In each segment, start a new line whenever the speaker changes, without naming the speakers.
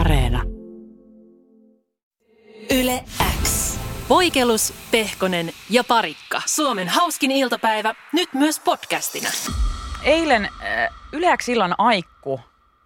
Areena.
Yle X. Voikelus, Pehkonen ja Parikka. Suomen hauskin iltapäivä, nyt myös podcastina.
Eilen äh, yleäksi illan aikku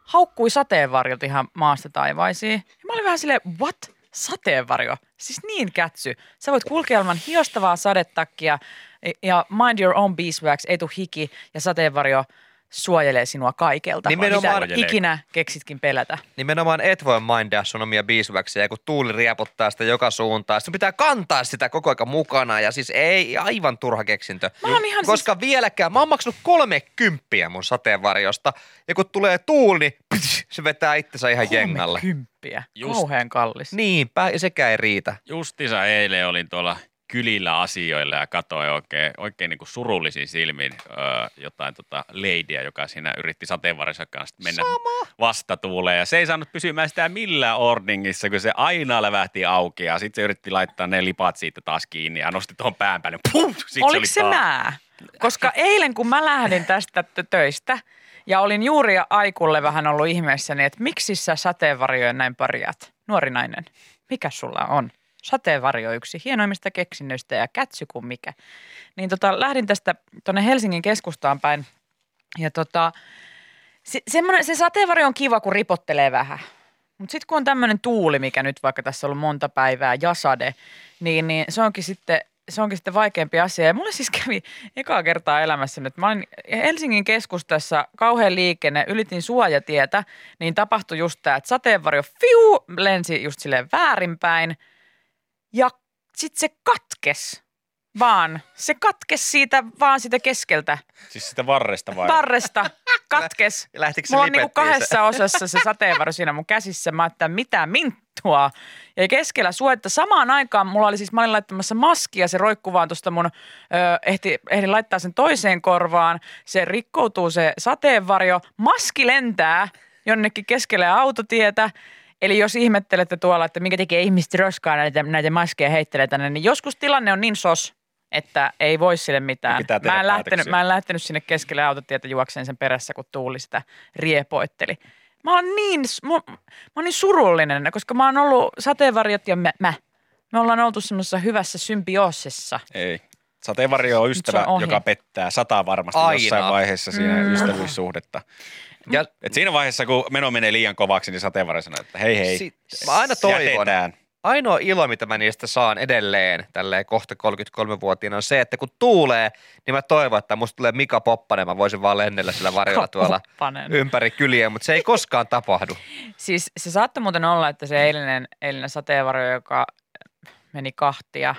haukkui sateenvarjot ihan maasta taivaisiin. Ja mä olin vähän silleen, what? Sateenvarjo? Siis niin kätsy. Sä voit kulkea ilman hiostavaa sadetakkia ja- ja mind your own beeswax, ei tuu hiki ja sateenvarjo suojelee sinua kaikelta,
Nimenomaan-
mitä ikinä keksitkin pelätä.
Nimenomaan et voi mindaa sun omia beeswaxia, kun tuuli riepottaa sitä joka suuntaan. Sitten pitää kantaa sitä koko ajan mukana ja siis ei aivan turha keksintö.
Mä oon ihan siis-
Koska vieläkään, mä oon maksanut kolme kymppiä mun sateenvarjosta ja kun tulee tuuli, niin psh, se vetää itsensä ihan jengalle.
Kymppiä.
Just.
Kauhean kallis.
Niinpä, ja sekään ei riitä.
Justiinsa eilen olin tuolla kylillä asioilla ja katsoin oikein, oikein niin kuin surullisin silmin öö, jotain tota leidiä, joka siinä yritti sateenvarjossa kanssa mennä Sama. vastatuuleen. Ja se ei saanut pysymään sitä millään ordingissa, kun se aina lävähti auki ja sitten se yritti laittaa ne lipat siitä taas kiinni ja nosti tuohon pään päälle. Puh, sit
Oliko
oli
se
taas-
nää? Koska eilen kun mä lähdin tästä tö- töistä ja olin juuri aikulle vähän ollut ihmeessäni, että miksi sä sateenvarjoja näin parjaat? Nuori nainen, mikä sulla on? Sateenvarjo yksi hienoimmista keksinnöistä ja kätsy kuin mikä. Niin tota, lähdin tästä tuonne Helsingin keskustaan päin ja tota, se, semmonen- se sateenvarjo on kiva, kun ripottelee vähän. Mutta sitten kun on tämmöinen tuuli, mikä nyt vaikka tässä on ollut monta päivää ja sade, niin, niin se, onkin sitten, se onkin sitten vaikeampi asia. Ja mulle siis kävi ekaa kertaa elämässä nyt. Mä olin Helsingin keskustassa kauhean liikenne, ylitin suojatietä, niin tapahtui just tämä, että sateenvarjo fiu, lensi just silleen väärinpäin ja sitten se katkes vaan. Se katkes siitä vaan siitä keskeltä,
Siis sitä varresta vai?
parresta katkes.
Ja Lähtikö se
Mulla on niinku
lipettiin se?
kahdessa osassa se sateenvarjo siinä mun käsissä. Mä ajattelin, mitä minttua. Ja keskellä suetta. Samaan aikaan mulla oli siis, mä olin laittamassa maskia, se roikkuu vaan tuosta mun, ö, ehti, ehdin laittaa sen toiseen korvaan. Se rikkoutuu se sateenvarjo. Maski lentää jonnekin keskelle autotietä. Eli jos ihmettelette tuolla, että minkä tekee ihmiset roskaa näitä, näitä maskeja heittelee tänne, niin joskus tilanne on niin sos, että ei voi sille mitään.
Pitää tehdä
Mä en, lähtenyt,
päätöksiä.
mä en lähtenyt sinne keskelle autotietä juokseen sen perässä, kun tuuli sitä riepoitteli. Mä oon niin, s- mä, mä oon niin surullinen, koska mä oon ollut sateenvarjot ja mä. mä. Me ollaan oltu semmoisessa hyvässä symbioosissa.
Ei. Sateenvarjo on
se
ystävä,
on ohi.
joka pettää sataa varmasti
Aina.
Aina. jossain vaiheessa siinä mm. ystävyyssuhdetta.
Ja-
Ja, Et siinä vaiheessa, kun meno menee liian kovaksi, niin sateenvarjo sanoo, että hei hei,
Si- mä aina toivon.
jätetään.
ainoa ilo, mitä mä niistä saan edelleen tälleen kohta 33-vuotiaana on se, että kun tuulee, niin mä toivon, että musta tulee Mika Poppanen. Mä voisin vaan lennellä sillä varjolla tuolla
Poppanen.
ympäri kyliä, mutta se ei koskaan tapahdu.
Siis se saattoi muuten olla, että se eilinen, eilinen sateenvarjo, joka meni kahtia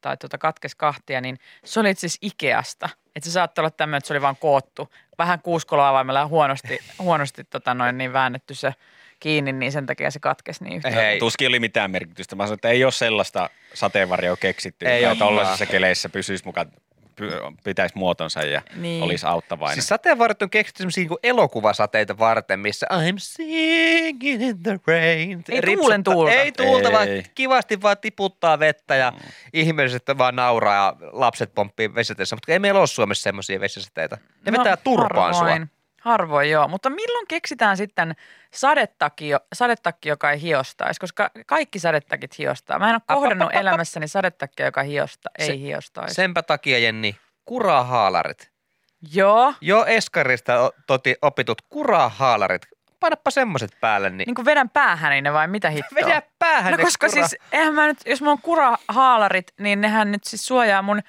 tai tuota katkes kahtia, niin se oli itse asiassa Ikeasta. Että se saattoi olla tämmöinen, että se oli vaan koottu. Vähän kuuskoloavaimella ja huonosti, huonosti tota noin, niin väännetty se kiinni, niin sen takia se katkesi niin yhtä.
Hei.
Tuskin oli mitään merkitystä. Mä sanoin, että ei ole sellaista sateenvarjoa keksitty,
Ei
ei joka
olekaan.
tollaisissa keleissä pysyisi mukaan, py- pitäisi muotonsa ja
Niin.
niin. olisi auttavainen.
Siis
Siis
sateenvarjot on keksitty sellaisia niin kuin elokuvasateita varten, missä I'm singing in the rain.
Ei tuulen tuulta.
Ei tuulta, vaan
Ei.
kivasti vaan tiputtaa vettä ja mm. ihmiset vaan nauraa ja lapset pomppii vesisateessa. Mutta ei meillä ole Suomessa semmoisia vesisateita. Ne vetää turpaan sua.
No, harvoin, Harvoin joo, mutta milloin keksitään sitten sadetakki, sadetakki joka ei hiostaisi, koska kaikki sadetakit hiostaa. Mä en ole kohdannut elämässäni sadetakkia, joka hiosta, ei
Se-
hiostaisi.
Senpä takia, Jenni, kurahaalarit.
joo,
Jo Eskarista o- toti opitut kurahaalarit. Painappa semmoset päälle, niin,
niin kuin vedän päähän ne vai mitä hittoa?
vedä päähän.
No
ne
koska
kura-
siis, eihän mä nyt, jos mä oon kurahaalarit, niin nehän nyt siis suojaa mun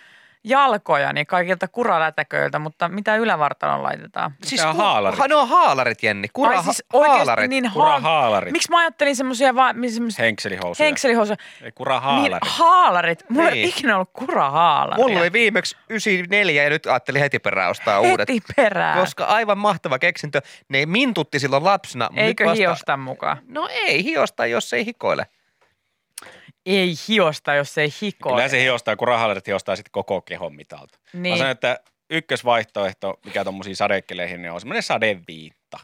jalkojani kaikilta kuralätäköiltä, mutta mitä ylävartalon laitetaan?
siis
Mitä on haalarit?
Ha, ne on haalarit, Jenni. Kura,
Ai siis oikeasti
haalarit.
niin haan...
kurahaalarit,
Miksi mä ajattelin semmoisia vaan, semmoisia
henkselihousuja,
henkselihosuja?
Ei,
Niin,
kurahaalarit.
haalarit. Mulla ei
Niin.
ole ikinä ollut kurahaalaria.
Mulla oli viimeksi 94 ja nyt ajattelin heti perään ostaa uudet.
Heti perään.
Koska aivan mahtava keksintö. Ne mintutti silloin lapsena. mutta
Eikö
nyt vasta...
hiosta mukaan?
No ei hiosta, jos ei hikoile.
Ei hiosta, jos ei hikoile.
Kyllä se hiostaa, kun rahalarit hiostaa sitten koko kehon mitalta. Niin.
Niin.
Mä sanon, että ykkösvaihtoehto, mikä tuommoisiin sadekeleihin, niin on semmoinen sadeviitta.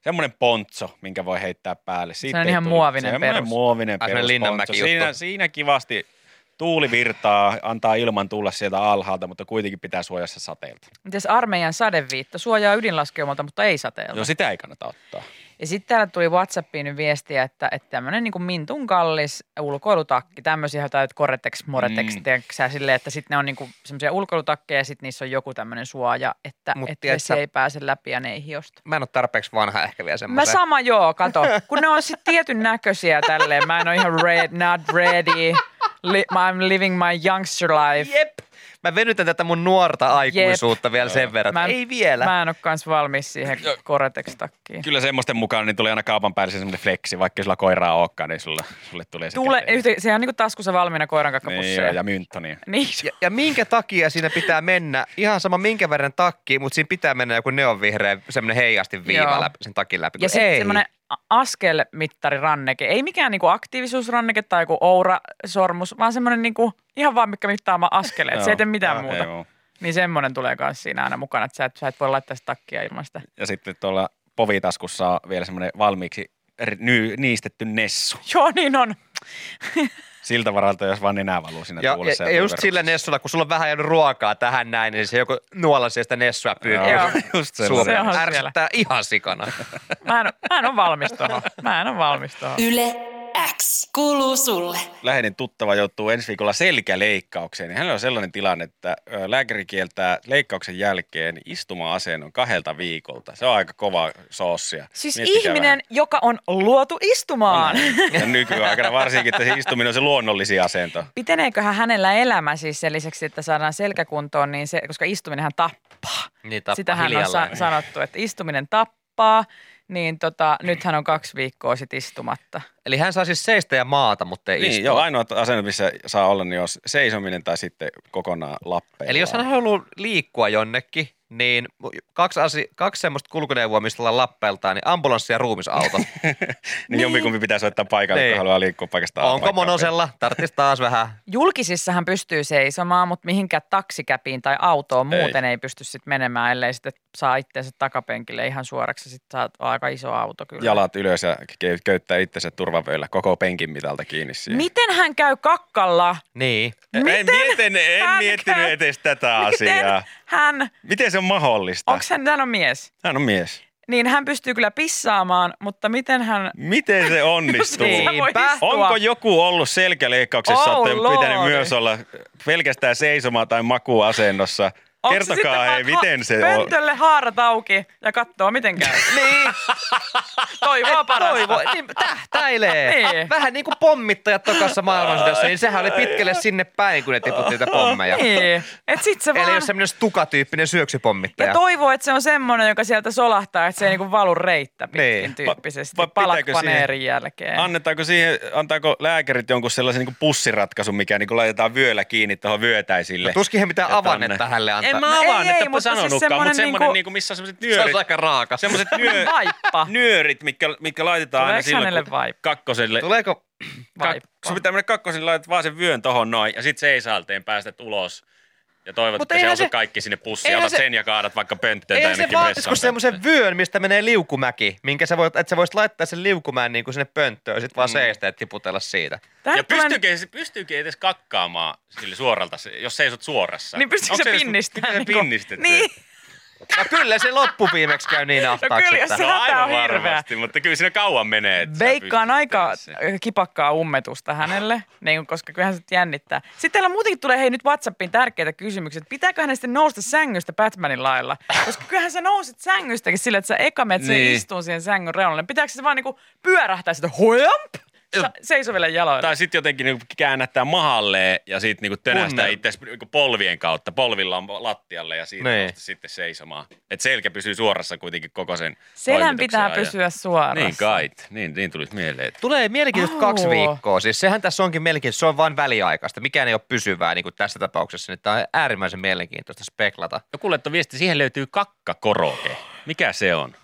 Semmoinen pontso, minkä voi heittää päälle. Siitä
on
ei
ihan
tule-
muovinen
semmoinen
perus.
muovinen
Ai, semmoinen
perus.
Linnanmäki
pontso. Siinä,
juttu.
siinä kivasti tuuli virtaa, antaa ilman tulla sieltä alhaalta, mutta kuitenkin pitää suojassa sateelta.
Mites armeijan sadeviitta suojaa ydinlaskeumalta, mutta ei sateelta?
Joo, sitä ei No kannata ottaa.
Ja sitten täällä tuli Whatsappiin nyt viestiä, että, että tämmöinen niin mintun kallis ulkoilutakki, tämmöisiä jotain Corretex, Moretex,
Mm.
mm. tiedätkö silleen, että sitten ne on niin semmoisia ulkoilutakkeja ja sitten niissä on joku tämmöinen suoja, että
Mut
et
tiedät
vesi
sä-
ei pääse läpi ja ne ei hiosta.
Mä en ole tarpeeksi vanha ehkä vielä
Mä
semmoiseen.
sama joo, kato. Kun ne on sitten tietyn näköisiä tälleen. Mä en ole ihan red, not ready. Li- I'm living my youngster life.
Jep. Mä venytän tätä mun nuorta aikuisuutta vielä sen verran, että
Mä en-
ei vielä.
Mä en ole kans valmis siihen Corretex-takkiin.
Kyllä semmoisten mukaan niin tulee aina kaupan päälle semmoinen fleksi, vaikka ei sulla koiraa olekaan, niin sulla, sulle tulee se
Tule,
käteen.
yhtä, sehän on niinku taskussa valmiina koiran
Niin,
kakkapusseja.
joo, ja mynttoni.
Niin,
Ja, ja minkä takia siinä pitää mennä, ihan sama minkä verran takki, mutta siinä pitää mennä joku neonvihreä semmoinen heijastin viiva
Joo.
läpi, sen takin läpi.
Ja
kun
sitten
ei.
semmoinen askelmittariranneke. Ei mikään niinku aktiivisuusranneke tai joku oura-sormus, vaan semmoinen niinku, ihan vaan mikä mittaa vaan askeleet. se ei tee mitään
Joo,
muuta.
ei oo.
Niin semmoinen tulee myös siinä aina mukana, että sä et, sä et voi laittaa sitä takkia ilman sitä.
Ja sitten tuolla povitaskussa on vielä semmoinen valmiiksi r- ny, niistetty nessu.
Joo, niin on.
Siltä varalta, jos vaan nenä valuu sinne
ja,
tuulessa.
ja, ja just
tuulen
sillä
roksassa.
nessulla, kun sulla on vähän jäänyt ruokaa tähän näin, niin se joku nuolasi sitä nessua pyykkii.
Joo.
just
Suomi
Se on siellä.
ärsyttää ihan sikana.
Mä en, mä en ole valmis tohon. Mä en ole valmis tohon.
Yle X kuuluu sulle.
läheinen tuttava joutuu ensi viikolla selkäleikkaukseen, niin hänellä on sellainen tilanne, että ö, lääkäri kieltää leikkauksen jälkeen istuma-asennon kahdelta viikolta. Se on aika kova soossia.
Siis
Miettikää Niin.
ihminen, joka on luotu istumaan.
vähän. Ja nykyaikana varsinkin, että se istuminen on se luonnollisin asento.
Piteneeköhän hänellä elämä siis sen lisäksi, että saadaan selkäkuntoon, niin se, koska istuminenhan tappaa.
Niin tappaa
Sitähän on sa-
hiljalleen.
sanottu, että istuminen tappaa, niin tota, nythän on kaksi viikkoa sit istumatta.
Eli hän saa siis seistä ja maata, mutta ei
Niin,
istua.
joo, ainoa asento, missä saa olla, niin on seisominen tai sitten kokonaan lappeilla.
Eli jos hän haluaa liikkua jonnekin, niin kaksi, asi, kaksi semmoista kulkuneuvoa, mistä ollaan lappeeltaan, niin ambulanssi ja ruumisauto.
niin jompikumpi pitää soittaa paikalle,
Niin.
kun haluaa liikkua paikasta A
Onko
paikkaan B.
monosella? Tarttis taas vähän.
Julkisissahan pystyy seisomaan, mutta mihinkään taksikäpiin tai autoon
Ei.
muuten ei pysty sit menemään, ellei sitten saa itseensä takapenkille ihan suoraksi. Sitten saat aika iso auto kyllä.
Jalat ylös ja ke- köyttää itsensä turvavöillä koko penkin mitalta kiinni siihen.
Miten hän käy kakkalla?
Niin.
En, mietin, en
hän
miettinyt
käy?
edes tätä
Miten
asiaa.
hän,
Miten se on mahdollista?
onko hän, hän on mies?
Hän on mies.
Niin hän pystyy kyllä pissaamaan, mutta miten hän...
Miten se onnistuu?
Niin,
Niinpä.
istua?
Onko joku ollut selkäleikkauksessa,
Oh,
että on pitänyt
lordi.
myös olla pelkästään seisoma tai makuasennossa?
Onko se
Kertokaa
sitten
hei,
vaan,
miten
ha-
se on.
Pöntölle haarat auki ja katsoo, miten käy. niin. Toivoa parasta.
Toivo, niin tähtäilee.
Niin.
Vähän niin kuin pommittajat tokassa maailmansodassa, niin sehän oli pitkälle sinne päin, kun ne tiputti niitä pommeja.
Niin. Et sit se
Eli
vaan...
jos semmoinen stukatyyppinen syöksypommittaja.
Ja toivoo, että se on semmoinen, joka sieltä solahtaa, että se ei niinku valu reittä pitkin
Niin.
niin. tyyppisesti.
Va-
Va-
va-
Palat
pitääkö
paneerin jälkeen.
Annetaanko siihen, antaako lääkärit jonkun sellaisen niin pussiratkaisun, mikä niin laitetaan vyöllä kiinni tuohon vyötäisille?
No tuskin he mitään
Ja
avannetta
tonne.
hänelle antaa.
En mä
No ei,
avaa
ei,
nyt,
mutta
mutta
siis
sanonutkaan,
semmonen
mutta semmoinen,
niinku-
niinku, missä on semmoiset
Se
nyörit,
on aika raaka.
semmoiset nyö,
Vaippa.
nyörit mitkä, mitkä laitetaan aina
Tuleeko hänelle
silloin, kun
vaippa?
kakkoselle
Tuleeko?
Kak- sun
Vaippa.
pitää mennä kakkosen, laitat vaan sen vyön tohon noin ja sit seisalteen päästät ulos. Ja toivot,
Mut
että se
eihän
osuu
se-
kaikki sinne pussiin.
eihän
Otat
se-
sen ja kaadat vaikka pönttöön tai
Ei se
jonnekin
vaatis
vessaan.
kuin semmoisen vyön, mistä menee liukumäki, minkä sä voit, että sä voisit laittaa sen liukumään niin kuin sinne pönttöön, sit vaan seistä ja tiputella siitä.
Tähän
Ja
tulee-
pystyykö, se- pystyykö edes kakkaamaan sille suoralta, se- jos seisot suorassa?
Niin pystyykö
Onko
se
edes-
pinnistää?
miten se
niinku-
pinnistetään?
Niin.
Ja No kyllä se loppuviimeksi käy niin
No
ahtaaksi,
kyllä,
että-
se-
No
Hätä on
aivan
hirveä.
varmasti, mutta kyllä siinä kauan menee. että sä
Veikkaan
pystyt
aika äh,
tehdä
kipakkaa ummetusta hänelle, niin, koska kyllähän se jännittää. Sitten täällä muutenkin tulee hei nyt Whatsappiin tärkeitä kysymyksiä, että pitääkö hänen sitten nousta sängystä Batmanin lailla? Koska kyllähän sä nouset sängystäkin sillä, että sä eka menet
Niin.
niin. istuun siihen sängyn reunalle. Pitääkö se vaan niinku pyörähtää sitä huomp, sa- seisoville
sen.
jaloille?
Tai sitten jotenkin niinku käännättää mahalle ja sitten niinku tönästää
Kunne-
itse niinku polvien kautta. Polvilla on lattialle ja siitä
Niin.
niin. sitten seisomaan. Et selkä pysyy suorassa kuitenkin koko sen
Selän
toimituksen
pitää
ajan.
pysyä suorassa.
Niin kai, niin, niin tulisi mieleen. että-
Tulee mielenkiintoista
Au.
kaksi viikkoa. Siis sehän tässä onkin mielenkiintoista. Se on vain väliaikaista. Mikään ei ole pysyvää niin kuin tässä tapauksessa. Niin tämä on äärimmäisen mielenkiintoista speklata.
Joku laittoi viesti, siihen löytyy kakkakoroke. Mikä se on?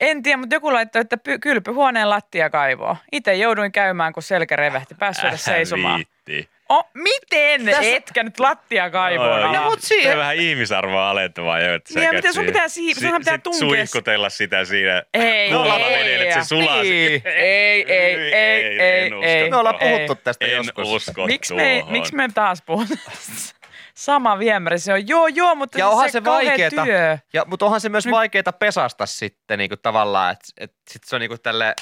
En tiedä, mutta joku laittoi, että py- kylpyhuoneen lattia kaivoo. Itse jouduin käymään, kun selkä revähti, päässyt edes seisomaan.
Äh, Viitti.
O, miten
Tässä-
etkä nyt lattia kaivoon?
Oi,
ala?
No, mut siihen-
se on vähän ihmisarvoa alentavaa jo, että sä
Niin, ja
käyt
miten sun
siinä-
pitää sii- sunhan pitää
sit
tunkea-
suihkutella sitä siinä
Ei,
kuumalla
ei,
vedellä, että se sulaa.
Niin.
Ei, ei, ei,
Ei,
ei,
en
ei,
usko
ei.
tuohon.
Me ollaan puhuttu
Ei.
tästä
En
joskus.
usko
Miksi me,
tuohon.
miksi me taas puhutaan? sama viemäri. Se on, joo, joo, mutta
Ja onhan se
kauhea
vaikeeta.
työ.
Ja, mutta onhan se myös vaikeaa pesasta sitten niin kuin tavallaan, että et sit se on niin kuin tälle,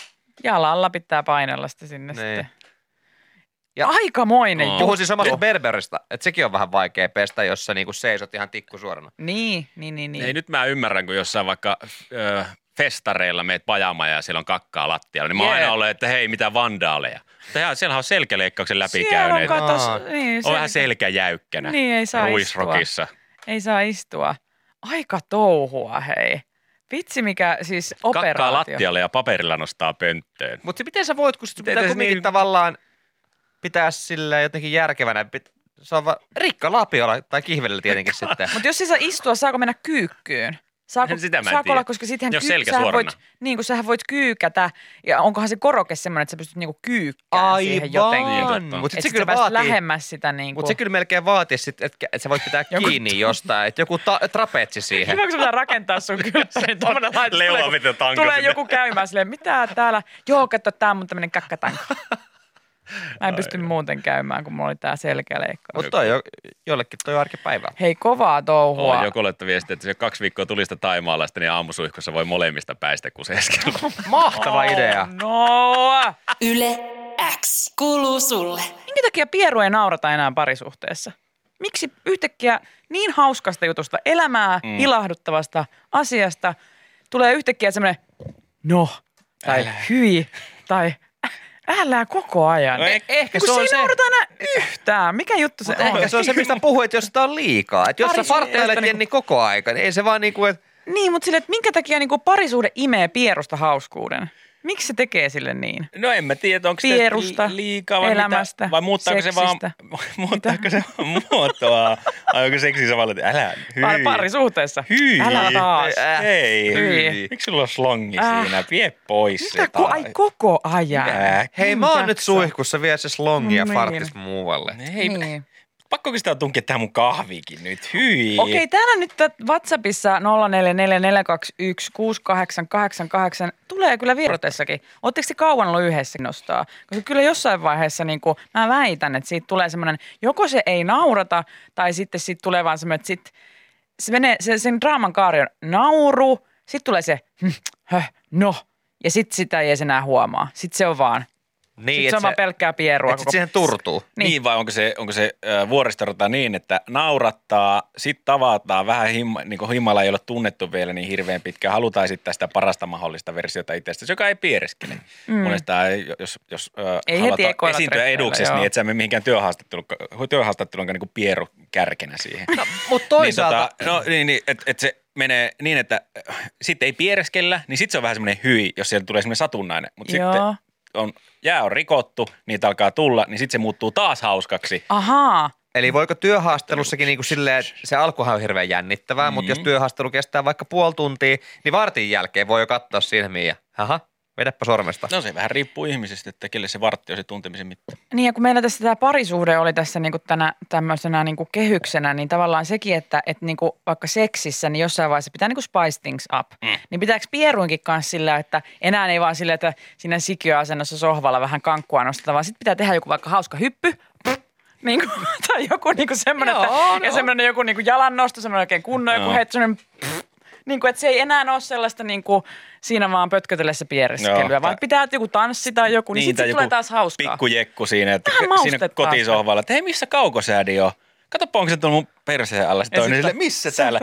Jalalla pitää painella sitä sinne
Niin.
sitten.
Ja-
Ja. Aikamoinen
No.
Oh.
oh.
puhun siis samasta berberistä, että sekin on vähän vaikea pestä, jos sä niin kuin seisot ihan tikku suorana.
Niin, niin, niin. niin.
Ei, nyt mä ymmärrän, kun jossain vaikka ö, festareilla meet pajamaan ja siellä on kakkaa lattialla, niin mä oon
Jee.
aina olen, että hei, mitä vandaaleja. Mutta jaa, siellähän on selkäleikkauksen
Siellä on
läpikäyneet. On,
katos,
Aa.
niin,
on vähän selkä jäykkänä.
Niin, ei saa istua.
Ruisrokissa.
Ei saa istua. Aika touhua, hei. Vitsi mikä siis
Kakkaa
operaatio.
lattialle ja paperilla nostaa pönttöön.
Mutta miten sä voit, kun sit pitää
Miten se
kuitenkin niin...
niin-
tavallaan pitää sille jotenkin järkevänä. Pit- Se on vaan rikka lapiolla tai kihvelillä tietenkin sitten.
Mutta jos ei saa istua, saako mennä kyykkyyn? Saako,
Sitä mä en
saako
tiedä.
olla, koska sittenhän
Jos
kyy-
selkä
sähän
suorana.
voit, niin kun sähän voit kyykätä, ja onkohan se koroke semmoinen, että sä pystyt niinku kyykkään siihen jotenkin.
Niin, totta.
Mutta
Et
se
sit
kyllä
sä pääset
vaatii.
lähemmäs sitä niinku.
Mutta se kyllä melkein vaatii, sit, että et sä voit pitää
Joku-
kiinni jostain, että joku ta- trapetsi siihen.
Hyvä, kun sä pitää rakentaa sun kylttärin. Tuommoinen laitos.
Leula
Tulee-
vetää tanko
Tulee
sinne.
joku käymään silleen, mitä täällä? Joo, katso, tää on mun tämmönen kakkatanko. Mä en pysty muuten käymään, kun mulla oli tää selkäleikkaus.
Mutta toi jo, jollekin toi on arkipäivää.
Hei, kovaa touhua.
On joku laittaa viestiä, että se kaksi viikkoa tulista taimaalaista, niin aamusuihkussa voi molemmista päistä kuseskella.
Mahtava
Oh,
idea.
No!
Yle X kuuluu sulle.
Minkä takia pieru ei naurata enää parisuhteessa? Miksi yhtäkkiä niin hauskasta jutusta, elämää mm. ilahduttavasta asiasta tulee yhtäkkiä semmoinen no tai älä. hyi tai "Ä- älä koko ajan.
No
E-
eh-
ehkä
kun
se
se
on
ei
se.
naurata enää yhtään. Mikä juttu se
Mut
on?
ehkä se on se, mistä puhuit, jos sitä on liikaa. Et jos sä
Parisuhteesta
farttailet
niinku-
Jenni koko aika, niin ei se vaan niinku, että
Niin, mutta sille, että minkä takia niinku parisuhde imee pierusta hauskuuden? Miksi se tekee sille niin?
No en mä tiedä, onko
Pierusta,
se li- liikaa vai
elämästä,
mitä, vai muuttaako
seksistä.
se vaan, muuttaako se vaan muotoa, vai onko seksi samalla, että älä,
Vai
hyi,
parisuhteessa?
hyi,
Älä taas.
Äh, ei,
Hyi.
miksi sulla on slongi
Äh.
siinä, vie pois
Mitä ko- ai koko ajan?
Äh,
hei mä oon
Minkä
nyt suihkussa, vie se slongi ja
Niin.
farttis muualle.
Hei, niin.
Niin.
pakko sitä tunkea tähän mun kahvikin nyt, hyi.
Okei,
Niin.
täällä nyt tät- WhatsAppissa 0444216888 tulee kyllä virtessäkin. Oletteko te kauan ollut yhdessä nostaa? Koska kyllä jossain vaiheessa niin kuin, mä väitän, että siitä tulee semmoinen, joko se ei naurata tai sitten siitä tulee vaan semmoinen, että sit, se menee, se, sen draaman kaari on nauru, sitten tulee se "Hm, höh, no ja sitten sitä ei edes enää huomaa. Sitten se on vaan, sit
Niin,
se
että
on vaan pelkkää pierua.
et sit siihen turtuu.
Niin. niin vai onko se, onko se äh, vuoristorata niin, että naurattaa, sit tavataan vähän himma, niin kuin himmalla ei ole tunnettu vielä niin hirveän pitkään, halutaan sitten sitä parasta mahdollista versiota itsestäsi, joka ei piereskele. Mm. Monesta ei- jos, jos äh,
Ei heti
halutaan
ekoilla
esiintyä
treffeillä,
eduksessa,
joo.
niin et sä mene mihinkään työhaastatteluun, työhaastatteluun niin kuin pieru kärkenä siihen.
No, mutta toisaalta,
Niin, tota, no niin, niin että et se menee niin, että äh, sit ei piereskellä, niin sit se on vähän semmoinen hyi, jos sieltä tulee semmoinen satunnainen. Mutta sitten
Joo.
on, jää on rikottu, niitä alkaa tulla, niin sitten se muuttuu taas hauskaksi.
Ahaa,
Eli voiko työhaastelussakin niin kuin silleen, että se alkuhan on hirveän jännittävää,
Niin.
mm. mutta jos työhaastelu kestää vaikka puoli tuntia, niin vartin jälkeen voi jo katsoa silmiin ja haha, vedäpä sormesta.
No se vähän riippuu ihmisestä, että kelle se vartti on se tuntemisen mitta.
Niin ja kun meillä tässä tämä parisuhde oli tässä niinku tänä tämmöisenä niinku kehyksenä, niin tavallaan sekin, että et niinku vaikka seksissä, niin jossain vaiheessa pitää niinku spice things up. Mm. Niin pitääkö pieruinkin kanssa sillä, että enää ei vaan sillä, että siinä sikiöasennossa sohvalla vähän kankkua nostetaan, vaan sitten pitää tehdä joku vaikka hauska hyppy. Pff, Niin kuin, tai joku niinku semmoinen, että,
Joo,
ja
no.
semmoinen joku niinku jalannosto, semmoinen oikein kunnon joku
Joo.
hetsonen. Niin kuin, että se ei enää ole sellaista niin kuin siinä vaan pötkötellessä piereskelyä,
Joo,
vaan
tai-
pitää että joku tanssi tai joku, niin, niin sitten
tai
sit
joku
tulee taas hauskaa.
Pikkujekku siinä, että
Vähän
k- siinä
maustetta
kotisohvalla, että hei missä kaukosäädi on? Katoppa onko se tuolla mun perseen alla. Sitten toinen
sitten-
sille, missä täällä?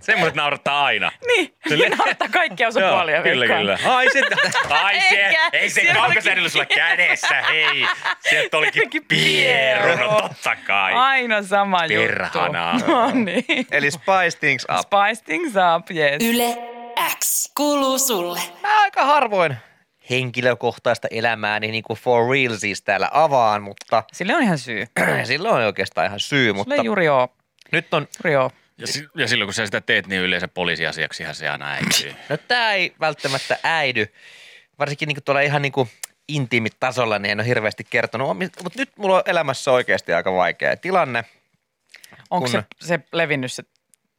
Semmoiset naurattaa aina.
Niin,
Kyllä.
niin naurattaa kaikkia osapuolia.
kyllä,
veikkaan.
kyllä.
Ai se,
Ai se,
Eikä,
ei se
siellä
kaukosäädellä
olikin-
sulla kädessä, hei. Sieltä olikin
Jotenkin
pieru,
pieru.
no totta kai.
Aina sama
Perhana.
juttu. No niin.
Eli spice things up.
Spice things up, yes.
Yle X kuuluu sulle.
Mä aika harvoin henkilökohtaista elämääni niin kuin for real siis täällä avaan, mutta
Sille on ihan syy.
silloin on oikeastaan ihan syy, mutta
Sille juuri oo.
nyt on,
Juuri oo.
Ja, si- ja silloin kun sä sitä teet, niin yleensä poliisiasiaksihan se aina äityy.
no tää ei välttämättä äidy, varsinkin niin kuin tuolla ihan niin kuin intiimit tasolla, niin en ole hirveästi kertonut, mutta nyt mulla on elämässä oikeasti aika vaikea tilanne.
Onko
Kun-
se, se levinnyt se,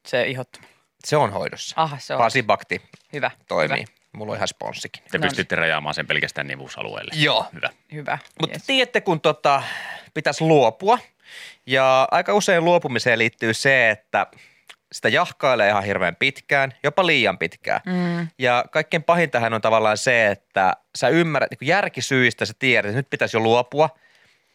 se ihottuma?
Se on hoidossa.
Aha, se on.
Pasibakti
Hyvä.
toimii.
Hyvä.
Mulla on ihan sponssikin.
Te
No
pystytte rajaamaan sen pelkästään nivusalueelle.
Joo.
Hyvä.
Hyvä.
Mutta yes.
Yes.
tiedätte, kun tota, pitäisi luopua, ja aika usein luopumiseen liittyy se, että sitä jahkailee ihan hirveän pitkään, jopa liian pitkään.
Mm.
Ja kaikkein pahintahan on tavallaan se, että sä ymmärrät, niin järkisyistä sä tiedät, että nyt pitäisi jo luopua,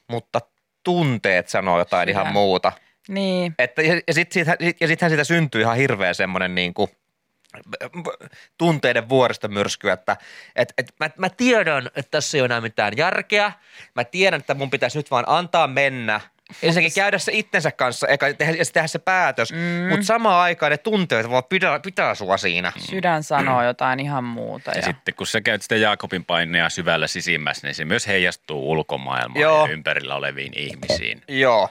mutta tunteet sanoo jotain
Kyllä.
Kyllä. ihan muuta.
Niin,
Että, ja ja sit, siitä, ja sittenhän siitä syntyy ihan hirveä semmoinen niin kuin, tunteiden vuoristomyrsky, että et, et, mä, mä tiedän, että tässä ei ole enää mitään järkeä. Mä tiedän, että mun pitäisi nyt vaan antaa mennä. Ensinnäkin käydä se itsensä kanssa eka, ja tehdä, ja tehdä se päätös, mm. mutta samaan aikaan ne tunteet vaan pitää, pitää sua siinä.
sydän sanoo jotain ihan muuta.
Mm. Ja sitten kun sä käyt sitä Jaakobin painia syvällä sisimmässä, niin se myös heijastuu ulkomaailmaan
Joo.
ja ympärillä oleviin ihmisiin.
Joo.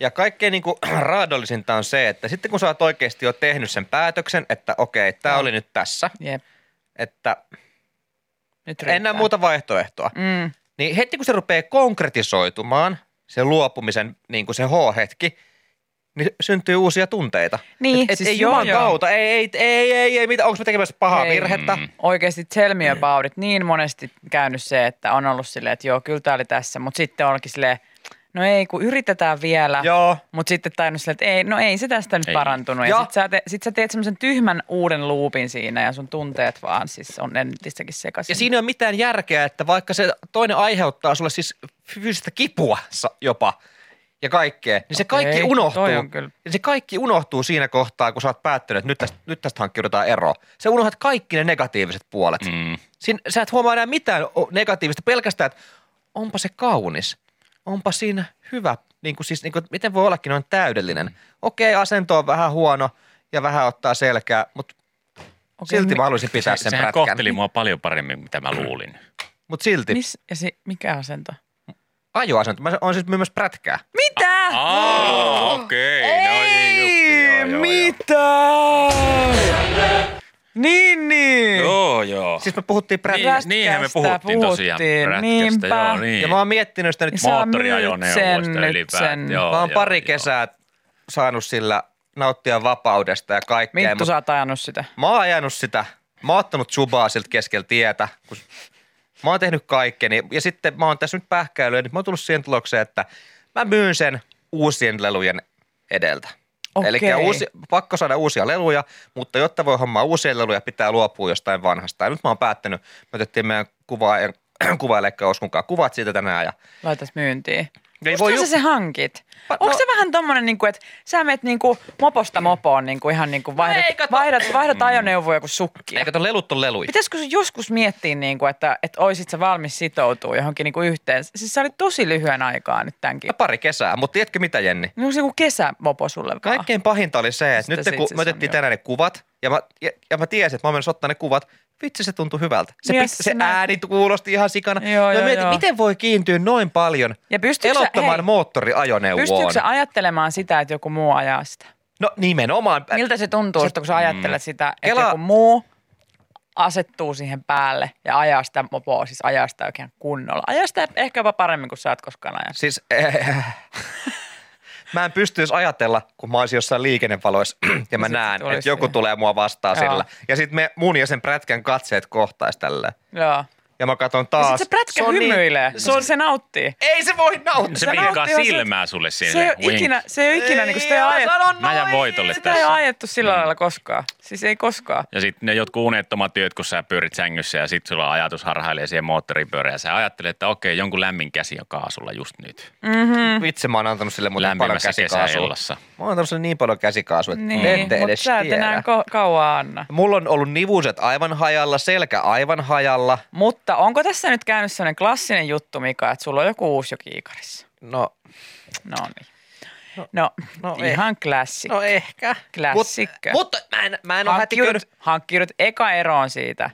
Ja kaikkein niin kuin, raadollisinta on se, että sitten kun sä oot oikeasti jo tehnyt sen päätöksen, että okei, tämä oli nyt tässä,
Jep,
että
nyt riittää.
enää muuta vaihtoehtoa.
Mm.
Niin heti kun se rupeaa konkretisoitumaan, se luopumisen, niin kuin se H-hetki, niin syntyy uusia tunteita.
Niin,
et, et,
siis
ei
joo,
juman
joo.
kautta, ei, ei, ei, ei, ei, mitä, onko mä tekemässä pahaa
Ei.
virhettä?
Mm.
Oikeasti tell me about it. Niin monesti käynyt se, että on ollut silleen, että joo, kyllä tää oli tässä, mutta sitten onkin silleen, no ei, kun yritetään vielä.
Joo.
Mutta sitten tajunnut silleen, että ei, no ei se tästä nyt ei.
Ei.
parantunut. Ja,
Joo.
ja sit, sä te, sit sä teet semmoisen tyhmän uuden luupin siinä ja sun tunteet vaan siis on entistäkin sekaisin.
Ja siinä ei ole mitään järkeä, että vaikka se toinen aiheuttaa sulle siis fyysistä kipua sa- jopa ja kaikkea, niin se kaikki
Okei,
unohtuu.
toi on kyllä.
Ja se kaikki unohtuu siinä kohtaa, kun sä oot päättänyt, että nyt tästä, nyt tästä hankkiudutaan eroon. Se unohdat kaikki ne negatiiviset puolet. Mm.
Mm.
Siin, sä et huomaa enää mitään o- negatiivista, pelkästään, että onpa se kaunis, onpa siinä hyvä. Niin kuin siis, niin kuin, miten voi ollakin noin täydellinen? Okei, asento on vähän huono ja vähän ottaa selkää, mutta
Okei, mi-
silti mä haluaisin pitää sen
Sehän
pätkän.
kohteli mua paljon paremmin, mitä mä luulin.
Mutta silti.
Mis, ja se, mikä asento?
ajoasento. Mä oon siis myös prätkää.
Mitä?
Ah, okei. Okay. No,
niin,
just, joo, joo, joo.
Niin, niin.
Joo, joo.
Siis me puhuttiin prätkää.
Niin, niinhän me
Prätkästä
puhuttiin, tosiaan
puhuttiin,
prätkästä.
niinpä.
Joo, niin.
Ja mä oon miettinyt sitä nyt.
Sä myyt sen
Moottoriajoneuvoista
nyt
ylipäätään.
sen.
Joo,
Mä oon
joo,
pari
joo.
kesää saanut sillä nauttia vapaudesta ja kaikkea.
Minttu,
mut
sä oot ajanut sitä.
Mä oon ajanut sitä. Mä oon ottanut subaa siltä keskellä tietä. Kun mä oon tehnyt kaikkeni. Ja sitten mä oon tässä nyt pähkäillyt. Ja nyt mä oon tullut siihen tulokseen, että mä myyn sen uusien lelujen edeltä.
Okei.
Eli uusi, pakko saada uusia leluja, mutta jotta voi hommaa uusia leluja, pitää luopua jostain vanhasta. Ja nyt mä oon päättänyt, me otettiin meidän kuvaajan kuvaillekaan Oskunkaan kuvat siitä tänään. Ja
Laitat myyntiin.
Ei
Ei voi
voi
sä
ju-
se hankit?
Pa-
Onko
no-
se vähän tommonen, niin kuin, että sä menet niin kuin moposta mopoon niin kuin ihan niin
No
kuin vaihdat, vaihdat,
Mm.
vaihdat ajoneuvoja kuin sukkia?
eikä ton lelut on leluja.
Pitäisikö sun joskus miettiä, niin kuin, että, että oisit sä valmis sitoutua johonkin niin kuin yhteen? Siis sä olit tosi lyhyen aikaa nyt tämänkin.
Ja pari kesää, mutta tiedätkö mitä Jenni?
Niin onko se joku kesämopo sulle vaan?
Kaikkein pahinta oli se, että
Sitä
nyt
se
kun
itse
me
asiassa
otettiin
on,
tänään ne kuvat, ja mä, ja, ja mä tiesin, että mä oon menossa ottaa ne kuvat, vitsi se tuntui hyvältä. Se,
Niin,
yes,
se
se
näyt-
ääni kuulosti ihan sikana.
Joo,
mä
joo,
mietin,
joo.
miten voi kiintyä noin paljon
Ja pystytkö sä,
elottamaan
hei,
moottoriajoneuvoon.
pystyykö sä ajattelemaan sitä, että joku muu ajaa sitä?
No nimenomaan.
Miltä se tuntuu, että kun sä ajattelet sitä, että
Kela-
joku muu asettuu siihen päälle ja ajaa sitä mopoa, siis ajaa sitä oikein kunnolla. Ajaa sitä ehkä jopa paremmin kuin sä oot koskaan ajanut.
Siis äh, mä en pystyisi ajatella, kun mä olisin jossain liikennevaloissa ja mä
Niin sit
näen,
tulisi
että joku
siihen.
tulee mua vastaan
Joo.
sillä. Ja sitten me mun ja sen prätkän katseet kohtais tällä.
Joo.
Ja mä katson
Ja
taas.
sit se prätkä
on niin-
hymyilee, niin,
se
koska
on,
se nauttii.
ei se voi nauttia.
Se
Sä
vinkkaa
nautti vaan
silmää sulle sinne.
Se ei ole
Wink.
ikinä, se ei ole ikinä, niin kuin sitä ei ole ajettu,
sano
Mä jään
noin.
voitolle
sitä ei ole
tässä.
ajettu sillä lailla koskaan. Siis ei koskaan.
Ja sitten ne jotkut unettomat työt, kun sä pyörit sängyssä ja sitten sulla ajatus harhailee siihen moottoripyörään. Ja sä ajattelet, että okei, jonkun lämmin käsi on kaasulla just nyt.
Mm.
Vitsi, mä oon antanut sille muuten paljon
Lämpimässä
käsikaasua.
kesäillassa.
Mä oon antanut sille niin paljon käsikaasua, että niin,
Niin,
ette
mutta
edes
sä et enää
tiedä.
ko- kauan anna.
Mulla on ollut nivuset aivan hajalla, selkä aivan hajalla.
Mutta onko tässä nyt käynyt sellainen klassinen juttu, Mika, että sulla on joku uusi jo kiikarissa?
No,
No niin. No, no
no
ihan klassikko.
no ehkä.
Klassikko.
Mut, mutta mä en, mä en ole hätiköinyt.
hankkiudut, hankkiudut eka eroon siitä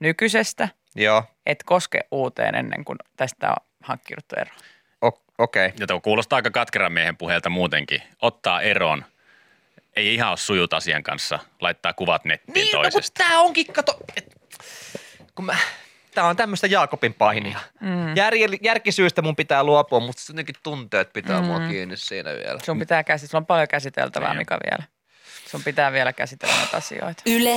nykyisestä,
Joo,
et koske uuteen ennen kuin tästä on hankkiuduttu eroon.
o- okei. Okay.
Ja tuo kuulostaa aika katkeran miehen puheelta muutenkin. Ottaa eron. Ei ihan ole sujut asian kanssa. Laittaa kuvat nettiin
Niin, no kun
toisesta.
tää onkin, kato, et, kun mä, tää on tämmöistä Jaakobin painia. Mm. Jär, järkisyystä mun pitää luopua, mutta sitten jotenkin tunteet pitää mm. mua kiinni siinä vielä.
Sun pitää käsitellä, sulla on paljon käsiteltävää
Niin.
Mika vielä. Sun pitää vielä käsitellä näitä asioita.
Yle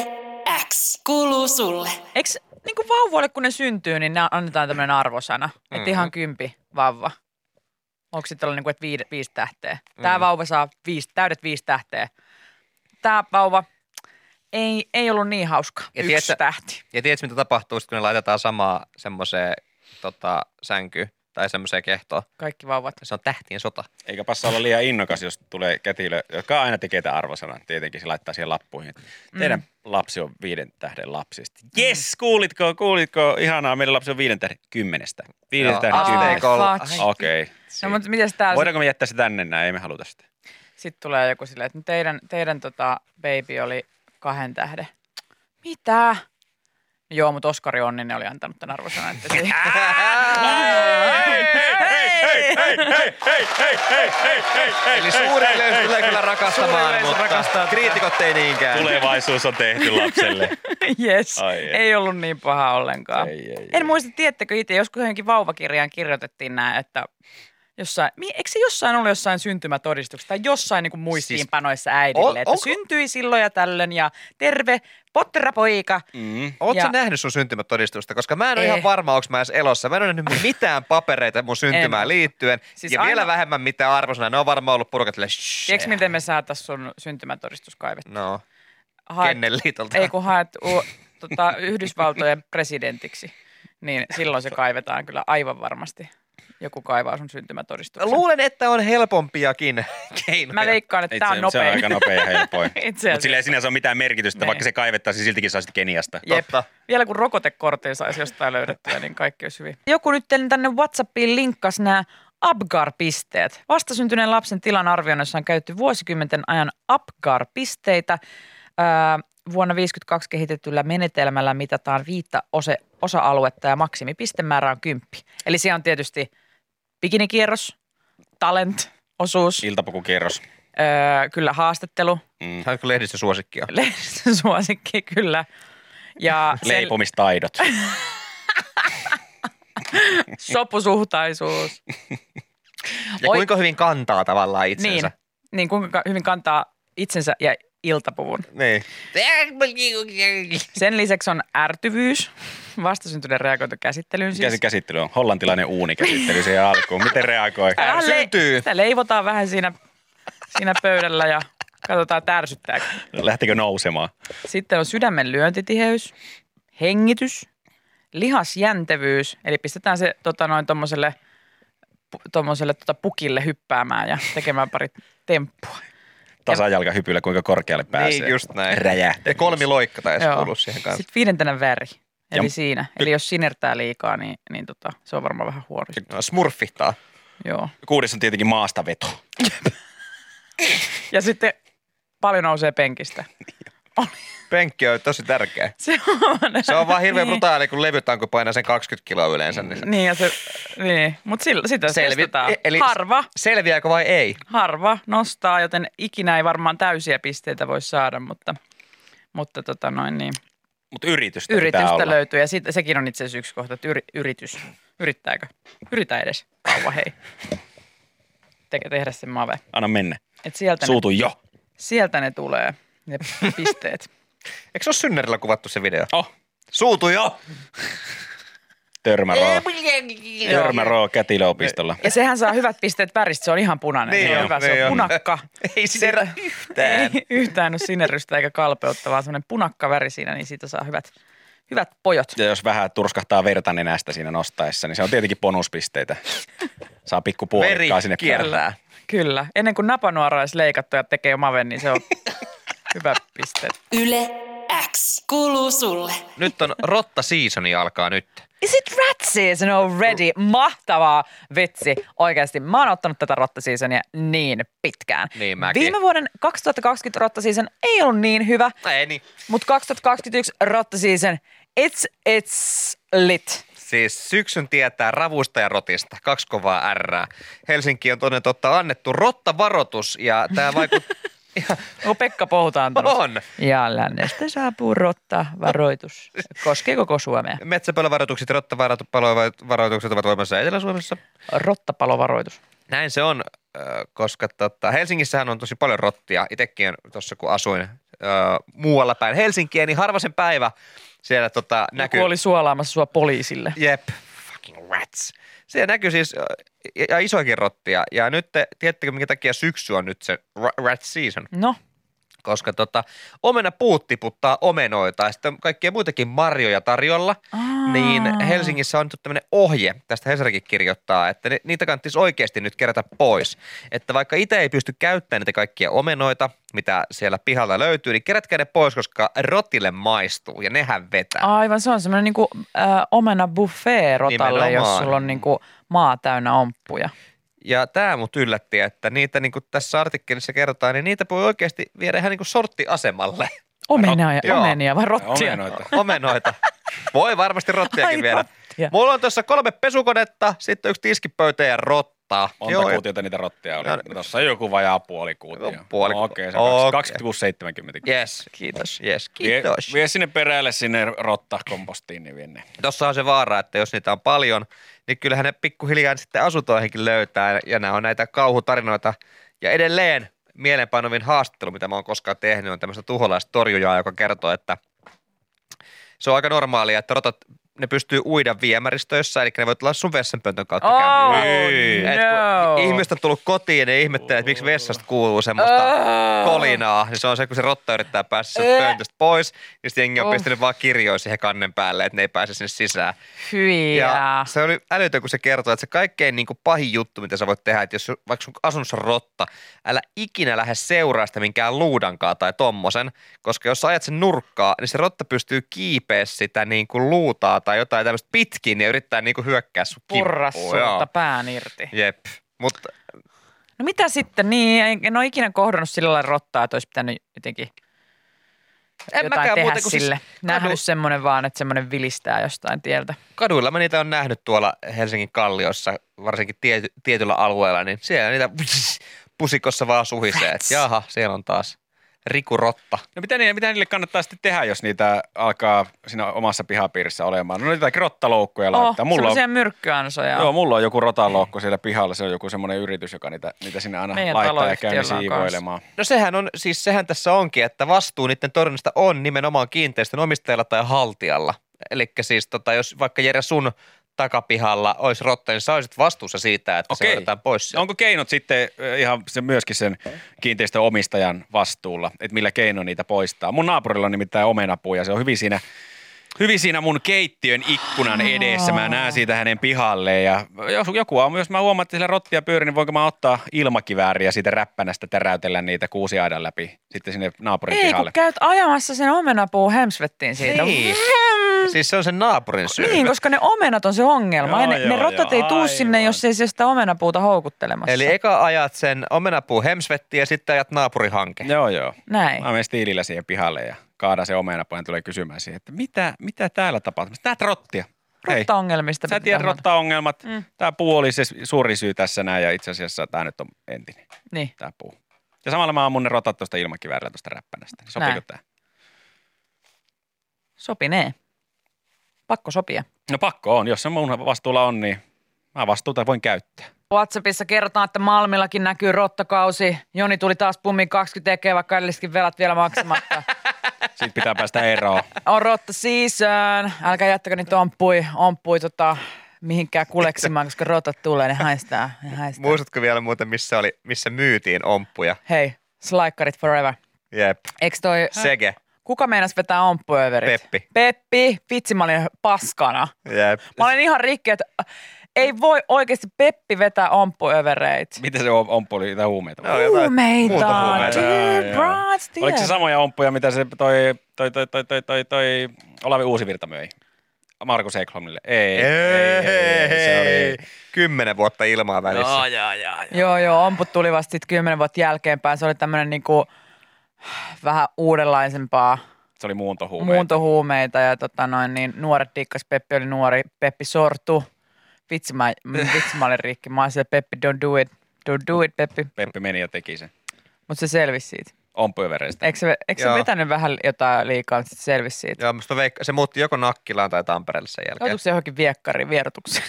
X. kuuluu sulle.
Eikö niin kuin vauvoille, kun ne syntyy, niin ne annetaan tämmöinen arvosana, mm-hmm. että ihan kympi vauva. Onko sitten ollut niin kuin, että viide, viisi tähteä? Tämä mm. vauva saa viisi, täydet viisi tähteä. Tämä vauva ei, ei ollut niin hauska.
Ja
Yksi
tiedätkö-
tähti.
Ja tiedätkö, mitä tapahtuu, sit kun ne laitetaan samaa semmoiseen tota, sänkyyn tai semmoiseen kehtoon?
Kaikki vauvat. No,
Se on tähtien sota.
Eikä passa olla liian innokas, jos tulee kätilö, joka aina tekee tämän arvosanan. Tietenkin se laittaa siihen lappuihin. että Teidän mm. lapsi on viiden tähden lapsista. Jes, kuulitko, kuulitko? Ihanaa, meidän lapsi on viiden tähden kymmenestä. Viiden
Joo,
tähden
Ai,
kymmenestä.
asteikolla.
fuck.
Ai,
Okei. Okay.
No, mutta mitäs täällä
Voidaanko me jättää se tänne näin? Ei me haluta sitä.
Sitten tulee joku silleen, että teidän, teidän tota, baby oli kahden tähden. Mitä? Joo, mutta Oskari Onninen oli antanut tämän arvosanan. Että se...
Eli suuri yleisö tulee kyllä
Suuri
rakastamaan,
yleisö
mutta
rakastaa tätä.
kriitikot ei niinkään.
Tulevaisuus on tehty lapselle.
yes,
Ai että.
ei ollut niin paha ollenkaan.
Ei, ei, ei.
en muista, tiedättekö itse, joskus johonkin vauvakirjaan kirjoitettiin nämä, että jossain, mi- eikö se jossain ollut jossain syntymätodistuksessa tai jossain
Siis
niin kuin muistiinpanoissa äidille,
on-
että
onko-
syntyi silloin ja tällöin ja terve potterapoika.
Mm.
Oletko
Ja-
nähnyt sun syntymätodistusta? Koska mä en ole
Eh.
ihan varma, onko mä edes elossa. Mä en ole nähnyt mitään papereita mun syntymään
En.
liittyen.
Siis
ja vielä
aina-
vähemmän mitään arvosana. Ne on varmaan ollut purkatille.
Tiedätkö, miten me saataisiin sun syntymätodistus kaivettua?
No,
Haet-
kenen liitolta?
Ei kun haet u, tota, Yhdysvaltojen presidentiksi, niin silloin se kaivetaan kyllä aivan varmasti. Joku kaivaa sun syntymätodistuksen.
Luulen, että on helpompiakin keinoja.
Mä veikkaan, että
Itse,
tää on
se on
nopea.
aika nopea ja helpoin.
Itse
Mutta sillä ei sinänsä ole mitään merkitystä,
Niin.
vaikka se kaivettaisiin, siltikin saisit Keniasta.
Jep.
Totta.
Vielä kun rokotekortin saisi jostain löydettyä, niin kaikki olisi hyvin. Joku nyt tänne Whatsappiin linkkas nämä Apgar-pisteet. Vastasyntyneen lapsen tilan arvioinnissa on käytetty vuosikymmenten ajan Apgar-pisteitä. Ää, vuonna 52 kehitetyllä menetelmällä mitataan viittä ose, osa-aluetta ja maksimipistemäärä on kymppi. Eli siellä on tietysti bikinikierros, talent, osuus,
Iltapukukierros.
ää, kyllä haastattelu,
Mm.
Hän on kyllä lehdistösuosikkia.
lehdistön suosikki kyllä. Ja sen-
Leipomistaidot.
sopusuhtaisuus.
Ja
Oi.
kuinka hyvin kantaa tavallaan
Niin,
itsensä.
niin kuinka ka- hyvin kantaa itsensä ja iltapuvun.
Niin.
Sen lisäksi on ärtyvyys, vastasyntyneen reagointi käsittelyyn
Mikä se
siis.
käsittely on? Hollantilainen uunikäsittely siihen alkuun. Miten reagoi?
Sitä vähän
ärsyntyy.
sitä leivotaan vähän siinä, siinä pöydällä ja katsotaan tärsyttääkö.
Lähtikö nousemaan?
Sitten on sydämen lyöntitiheys, hengitys, lihasjäntevyys, eli pistetään se tota, noin tommoselle, pu- tommoselle tota, pukille hyppäämään ja tekemään pari temppua.
Tasajalkahypyllä kuinka korkealle pääsee.
Niin, just näin.
Räjähtää.
Ja kolmi loikka taisi
Joo.
kuulua siihen kanssa.
Sitten viidentenä väri, eli
Ja-
siinä. Eli jos sinertää liikaa, niin, niin tota, se on varmaan vähän huono.
No, smurfittaa.
Joo.
Kuudes on tietenkin maastaveto.
Ja sitten paljon nousee penkistä.
Penkki on tosi tärkeä.
Se on,
Se on vaan hirveän
niin,
brutaali, kun levytanko painaa sen 20 kiloa yleensä. Niin se-
Niin, ja se, niin. mutta sitä
Selvi-
testataan.
e- eli-
harva,
Selviääkö vai ei?
harva nostaa, joten ikinä ei varmaan täysiä pisteitä voi saada, mutta, mutta tota noin, niin.
Mutta yritystä, pitää
yritystä
olla.
löytyy. Ja siitä, sekin on itse asiassa yksi kohta, että yri, yritys. Yrittääkö? Yritä edes, vauva, hei. Te, tehdä sen mave.
Anna mennä.
Et sieltä ne
Suutu jo.
Sieltä ne tulee, ne pisteet.
Eikö se ole synnärillä kuvattu se video?
Oh.
Suutu jo!
Törmäroo. Törmäroo kätilöopistolla.
Ja sehän saa hyvät pisteet väristä, se on ihan punainen.
Niin
se on,
on,
hyvä,
niin
se on
on.
punakka.
Ei sinerä yhtään.
Ei yhtään ole sinerrystä eikä kalpeutta, vaan semmoinen punakka väri siinä, niin siitä saa hyvät, hyvät pojot.
Ja jos vähän turskahtaa verta nenästä siinä nostaessa, niin se on tietenkin bonuspisteitä. Saa pikku
Veri
puolikkaa sinne päälle.
kiertää.
Kyllä. Ennen kuin napanuora olisi leikattu ja tekee maven, niin se on hyvä pisteet.
Yle X kuuluu sulle.
Nyt on rotta seasoni alkaa nyt.
Is it rat season already? Mahtavaa vitsi. Oikeasti mä oon ottanut tätä rottaseasonia niin pitkään.
Niin mäkin.
Viime vuoden 2020 rottaseason ei ollut niin hyvä,
Ei niin.
mutta 2021 rottaseason, it's, it's lit.
Siis syksyn tietää ravusta ja rotista, kaksi kovaa R. Helsinki on toden totta annettu rottavaroitus ja tämä vaikuttaa
Onko Pekka Pouta antanut?
on.
Ja lännestä saapuu rotta varoitus. Koskee koko Suomea.
Metsäpalovaroitukset ja rottavaroitukset ovat voimassa Etelä-Suomessa.
Rottapalovaroitus.
Näin se on, ö, koska tota, Helsingissähän on tosi paljon rottia. Itsekin on tuossa kun asuin muualla päin Helsinkiä, niin harva sen päivä siellä tota,
Joku
näkyy.
oli suolaamassa sua poliisille.
Jep, fucking rats. Siellä näkyy siis, ö, ja, ja isoinkin rottia. Ja nyt, te, tiedättekö minkä takia syksy on nyt se ra- rat season?
No,
Koska tota, omena puut tiputtaa omenoita ja sitten on kaikkia muitakin marjoja tarjolla.
Aa.
Niin Helsingissä on nyt tämmöinen ohje, tästä Hesarikin kirjoittaa, että ni- niitä kannattaisi oikeasti nyt kerätä pois. Että vaikka itse ei pysty käyttämään niitä kaikkia omenoita, mitä siellä pihalla löytyy, niin kerätkää ne pois, koska rotille maistuu ja nehän vetää.
aivan. Se on semmoinen niinku, äh, omena buffet rotalle, jos
Nimenomaan.
sulla on niinku maa täynnä omppuja.
Ja tämä mut yllätti, että niitä niin kuin tässä artikkelissa kerrotaan, niin niitä voi oikeasti viedä ihan niin kuin sorttiasemalle
Omenia, ja,
Rottia.
omenia vai rottia?
Omenoita.
omenoita. Voi varmasti rottiakin
Ai
viedä.
rottia.
Mulla on tuossa kolme pesukonetta, sitten yksi tiskipöytä ja rottaa.
Monta
Joo,
Joo,
ja-
kuutiota niitä rottia oli?
No,
No, Tuossa joku vajaa puoli kuutia.
No, puoli
No, Okei,
Okei.
okay, se on okay. 26,70.
Yes.
Kiitos.
Yes,
Vie,
kiitos.
vie sinne perälle sinne rottakompostiin, niin vie ne.
Tuossa on se vaara, että jos niitä on paljon, niin kyllähän ne pikkuhiljaa sitten asuntoihinkin löytää. Ja nämä on näitä kauhutarinoita. Ja edelleen mielenpainovin haastattelu, mitä mä oon koskaan tehnyt, on tämmöistä tuholaistorjujaa, joka kertoo, että se on aika normaalia, että rotat, ne pystyy uida viemäristöissä, eli ne voi tulla sun vessanpöntön kautta
Oh,
käymään. Et
no.
kun ihmiset on tullut kotiin ja ihmettelee, että miksi vessasta kuuluu semmoista
Oh.
kolinaa. Niin se on se, kun se rotta yrittää päästä sen pöntöstä pois, niin sitten jengi on
Oh.
pistänyt vaan kirjoja siihen kannen päälle, että ne ei pääse sinne sisään.
Hyi.
Ja se oli älytön, kun se kertoo, että se kaikkein niin kuin pahin juttu, mitä sä voit tehdä, että jos sun- vaikka sun asunnossa on rotta, älä ikinä lähde seuraa sitä minkään luudankaa tai tommosen, koska jos sä ajat sen nurkkaa, niin se rotta pystyy kiipeä sitä niin kuin luutaa tai jotain tämmöistä pitkin ja yrittää niin kuin hyökkää sun
Purra
kimppuun. Joo.
sulta pään irti.
Jep. Mutta
No mitä sitten? Niin, en, en ole ikinä kohdannut sillä lailla rottaa, että olisi pitänyt jotenkin
en
jotain
mäkään
tehdä
muuta kuin
sille.
Siis kadu,
Nähnyt semmoinen vaan, että semmoinen vilistää jostain tieltä.
kaduilla mä niitä on nähnyt tuolla Helsingin kalliossa, varsinkin tiety, tietyllä alueella, niin siellä niitä pusikossa vaan suhisee. Et Jaha, siellä on taas rikurotta.
No mitä niille, mitä niille kannattaa sitten tehdä, jos niitä alkaa siinä omassa pihapiirissä olemaan? No niitä
Oh,
rottaloukkuja laittaa. Mulla on,
semmoisia myrskyäänsoja.
joo, mulla on joku rotaloukku siellä pihalla. Se on joku semmoinen yritys, joka niitä, niitä sinne aina
Meidän
laittaa ja käy
taloyhtiöllä
ne
on kans.
siivoilemaan.
No sehän on, siis sehän tässä onkin, että vastuu niiden torjunnasta on nimenomaan kiinteistön omistajalla tai haltijalla. Eli siis tota, jos vaikka Jere sun takapihalla olisi rotta, niin sä olisit vastuussa siitä, että se
Okei.
otetaan pois. sieltä.
Onko keinot sitten ö, ihan se myöskin sen kiinteistön omistajan vastuulla, että millä keino niitä poistaa? Mun naapurilla on nimittäin omenapuu ja se on hyvin siinä, hyvin siinä mun keittiön ikkunan edessä. Mä näen siitä hänen pihalle ja jos joku aamu, jos mä huomaan, että siellä rottia pyörii, niin voinko mä ottaa ilmakivääriä siitä räppänästä täräytellä niitä kuusiaidan läpi sitten sinne naapurin
Ei, kun
pihalle.
käyt ajamassa sen omenapuun hemsvettiin siitä.
Niin. Siis se on sen naapurin syy.
Niin, koska ne omenat on se ongelma. Joo,
Joo,
ne, ne
joo,
rotat
joo,
ei tuu sinne,
aivan.
jos ei se sitä omenapuuta houkuttelemassa.
Eli eka ajat sen omenapuu hemsvettiin ja sitten ajat naapurihanke.
Joo, joo.
Näin.
Mä menen stiilillä siihen pihalle ja kaadan se omenapuu ja tulee kysymään siihen, että mitä, mitä täällä tapahtuu? Näet rottia. Hei.
Rotta-ongelmista.
Sä
pitää
tiedät
huolta.
rottaongelmat.
Mm.
Mm. Tämä puu oli se suuri syy tässä näin ja itse asiassa tämä nyt on entinen,
Niin.
tämä puu. Ja samalla mä ammun ne rotat tuosta ilmakiväärillä tuosta räppänästä. Niin Sopiiko
Näin.
tämä?
Sopinee. Pakko sopia.
No pakko on, jos se mun vastuulla on, niin mä vastuuta voin käyttää.
WhatsAppissa kerrotaan, että Malmillakin näkyy rottakausi. Joni tuli taas pummiin 20 tekee, vaikka edelliskin velat vielä maksamatta.
Siitä pitää päästä eroon.
On rotta season. Älkää jättäkö niitä omppui, omppui tota, mihinkään kuleksimaan, koska rotat tulee, ne haistaa. Ne haistaa.
Muistatko vielä muuten, missä, oli, missä myytiin omppuja?
Hei, slaikkarit forever.
Jep.
Eikö toi,
Sege.
kuka meinas vetää omppuöverit?
Peppi.
Peppi, vitsi mä olin paskana.
Jep.
Mä olin ihan rikki, että ei voi oikeasti Peppi vetää omppuövereitä.
Miten se on, omppu oli jotain huumeita?
No, jotain muuta
Huumeita,
huumeita.
Jaa,
dear
jaa.
broads, dear.
Oliko se samoja omppuja, mitä se toi, toi, toi, toi, toi, toi, toi Olavi Uusivirta möi? Markus Ekholmille. Ei, ei, ei, ei, ei, se
Hei,
oli
Kymmenen vuotta ilmaa välissä. No,
jaa, jaa,
Joo, joo, omput tuli vasta sitten kymmenen vuotta jälkeenpäin. Se oli tämmöinen niinku, vähän uudenlaisempaa
se oli muuntohuumeita.
muuntohuumeita ja tota noin, niin nuoret dikkas, Peppi oli nuori, Peppi sortu. Vitsi mä, mm, vitsi mä olin rikki, mä olin siellä, Peppi don't do it, don't do it Peppi,
Peppi meni ja teki sen.
mutta se selvisi siitä.
Omppuövereistä.
Eikö se, eikö se
Joo.
vetänyt vähän jotain liikaa, mutta se selvisi siitä?
Joo, musta veikka, se muutti joko Nakkilaan tai Tampereelle sen jälkeen.
Joutuiko se johonkin viekkariin vierotukseen?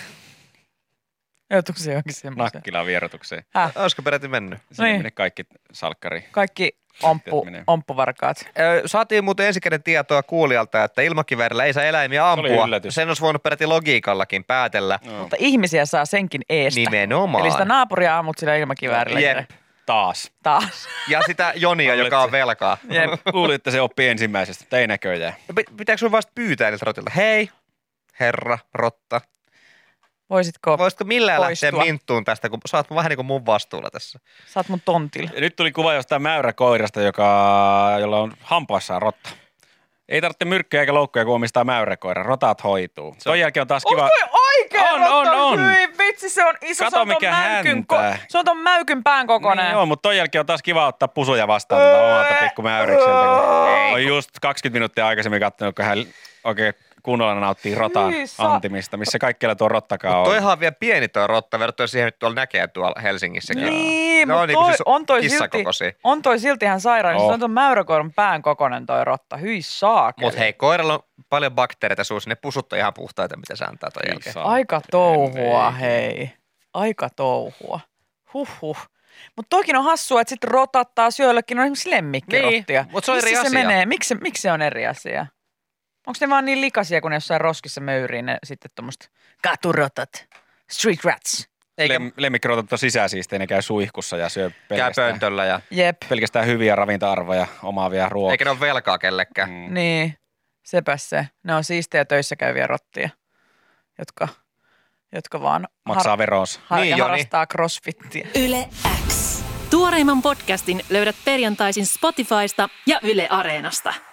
Joutuuko se johonkin semmoiseen?
Nakkilaan vierotukseen.
Häh?
Olisiko peräti mennyt?
Sinne
Niin.
meni kaikki salkkari.
Kaikki omppu,
menee.
omppuvarkaat.
Ö, Saatiin muuten ensikäden tietoa kuulijalta, että ilmakiväärillä ei saa eläimiä ampua.
yllätys.
Sen olisi voinut peräti logiikallakin päätellä. No.
Mutta ihmisiä saa senkin eestä.
Nimenomaan.
Eli sitä naapuria ammut sillä ilmakiväärillä.
Jep.
Taas.
Taas.
Ja sitä Jonia, joka on velkaa.
Jep.
Luulin, että se oppii ensimmäisestä, mutta ei näköjään.
P- Pitääkö sun vasta pyytää niiltä rotilta? Hei, herra, rotta.
Voisitko,
Voisitko millään
Poistua.
lähteä minttuun tästä, kun sä oot vähän niin kuin mun vastuulla tässä?
saat mun tontilla.
Ja Nyt tuli kuva jostain mäyräkoirasta, joka, jolla on hampaassaan rotta. Ei tarvitse myrkkyä eikä loukkuja, kun omistaa mäyräkoiran. Rotat hoituu. Sen jälkeen on taas kiva.
Onko oikein?
On, on, on.
Hyi, vitsi, se on iso.
Kato,
se on ton
mikä
mäykyn,
häntää.
se on ton mäykyn pään kokoinen.
Niin joo, mutta ton jälkeen on taas kiva ottaa pusuja vastaan tuota omalta pikku mäyrikseltä. Kun on just 20 minuuttia aikaisemmin katsonut, kun hän oikein kunnolla nauttii rotan
Hyi, saa-
antimista, missä kaikkialla tuo rottakaan on.
Toihan on vielä pieni tuo rotta verrattuna siihen, mitä tuolla näkee tuolla Helsingissäkin.
Niin,
ne
No,
mutta
on niinku
toi,
siis
on, toi silti,
kissakokoisia.
on toi silti ihan sairaan.
Oo.
Se on ton mäyräkoiran pään kokoinen toi rotta. Hyi saakeli.
Mutta hei, koiralla on paljon bakteereita suussa, ne pusut on ihan puhtaita, mitä se antaa ton jälkeen.
Saa.
Aika touhua,
Ei.
hei. Aika touhua. Huhhuh. Mutta toikin on hassua, että sitten rotat taas joillekin on esimerkiksi lemmikkirottia.
Niin, mut se on
Missä
eri
se
asia.
menee? Miksi, miksi se on eri asia? Onko ne vaan niin likaisia, kun ne jossain roskissa möyrii ne sitten tuommoista katurotat, street rats,
Eikä
Lem, lemmikkirotat on sisäsiistejä, ne käy suihkussa ja syö
käy
pelkästään,
pöntöllä ja
jep,
pelkästään hyviä ravinta-arvoja omaavia ruokia.
eikä ne ole velkaa kellekään. Mm.
niin, sepä se. Ne on siistejä töissä käyviä rottia, jotka, jotka vaan
Maksaa veronsa.
har,
Niin,
niin,
Joni.
harrastaa crossfittiä.
Yle X. Tuoreimman podcastin löydät perjantaisin Spotifysta ja Yle Areenasta.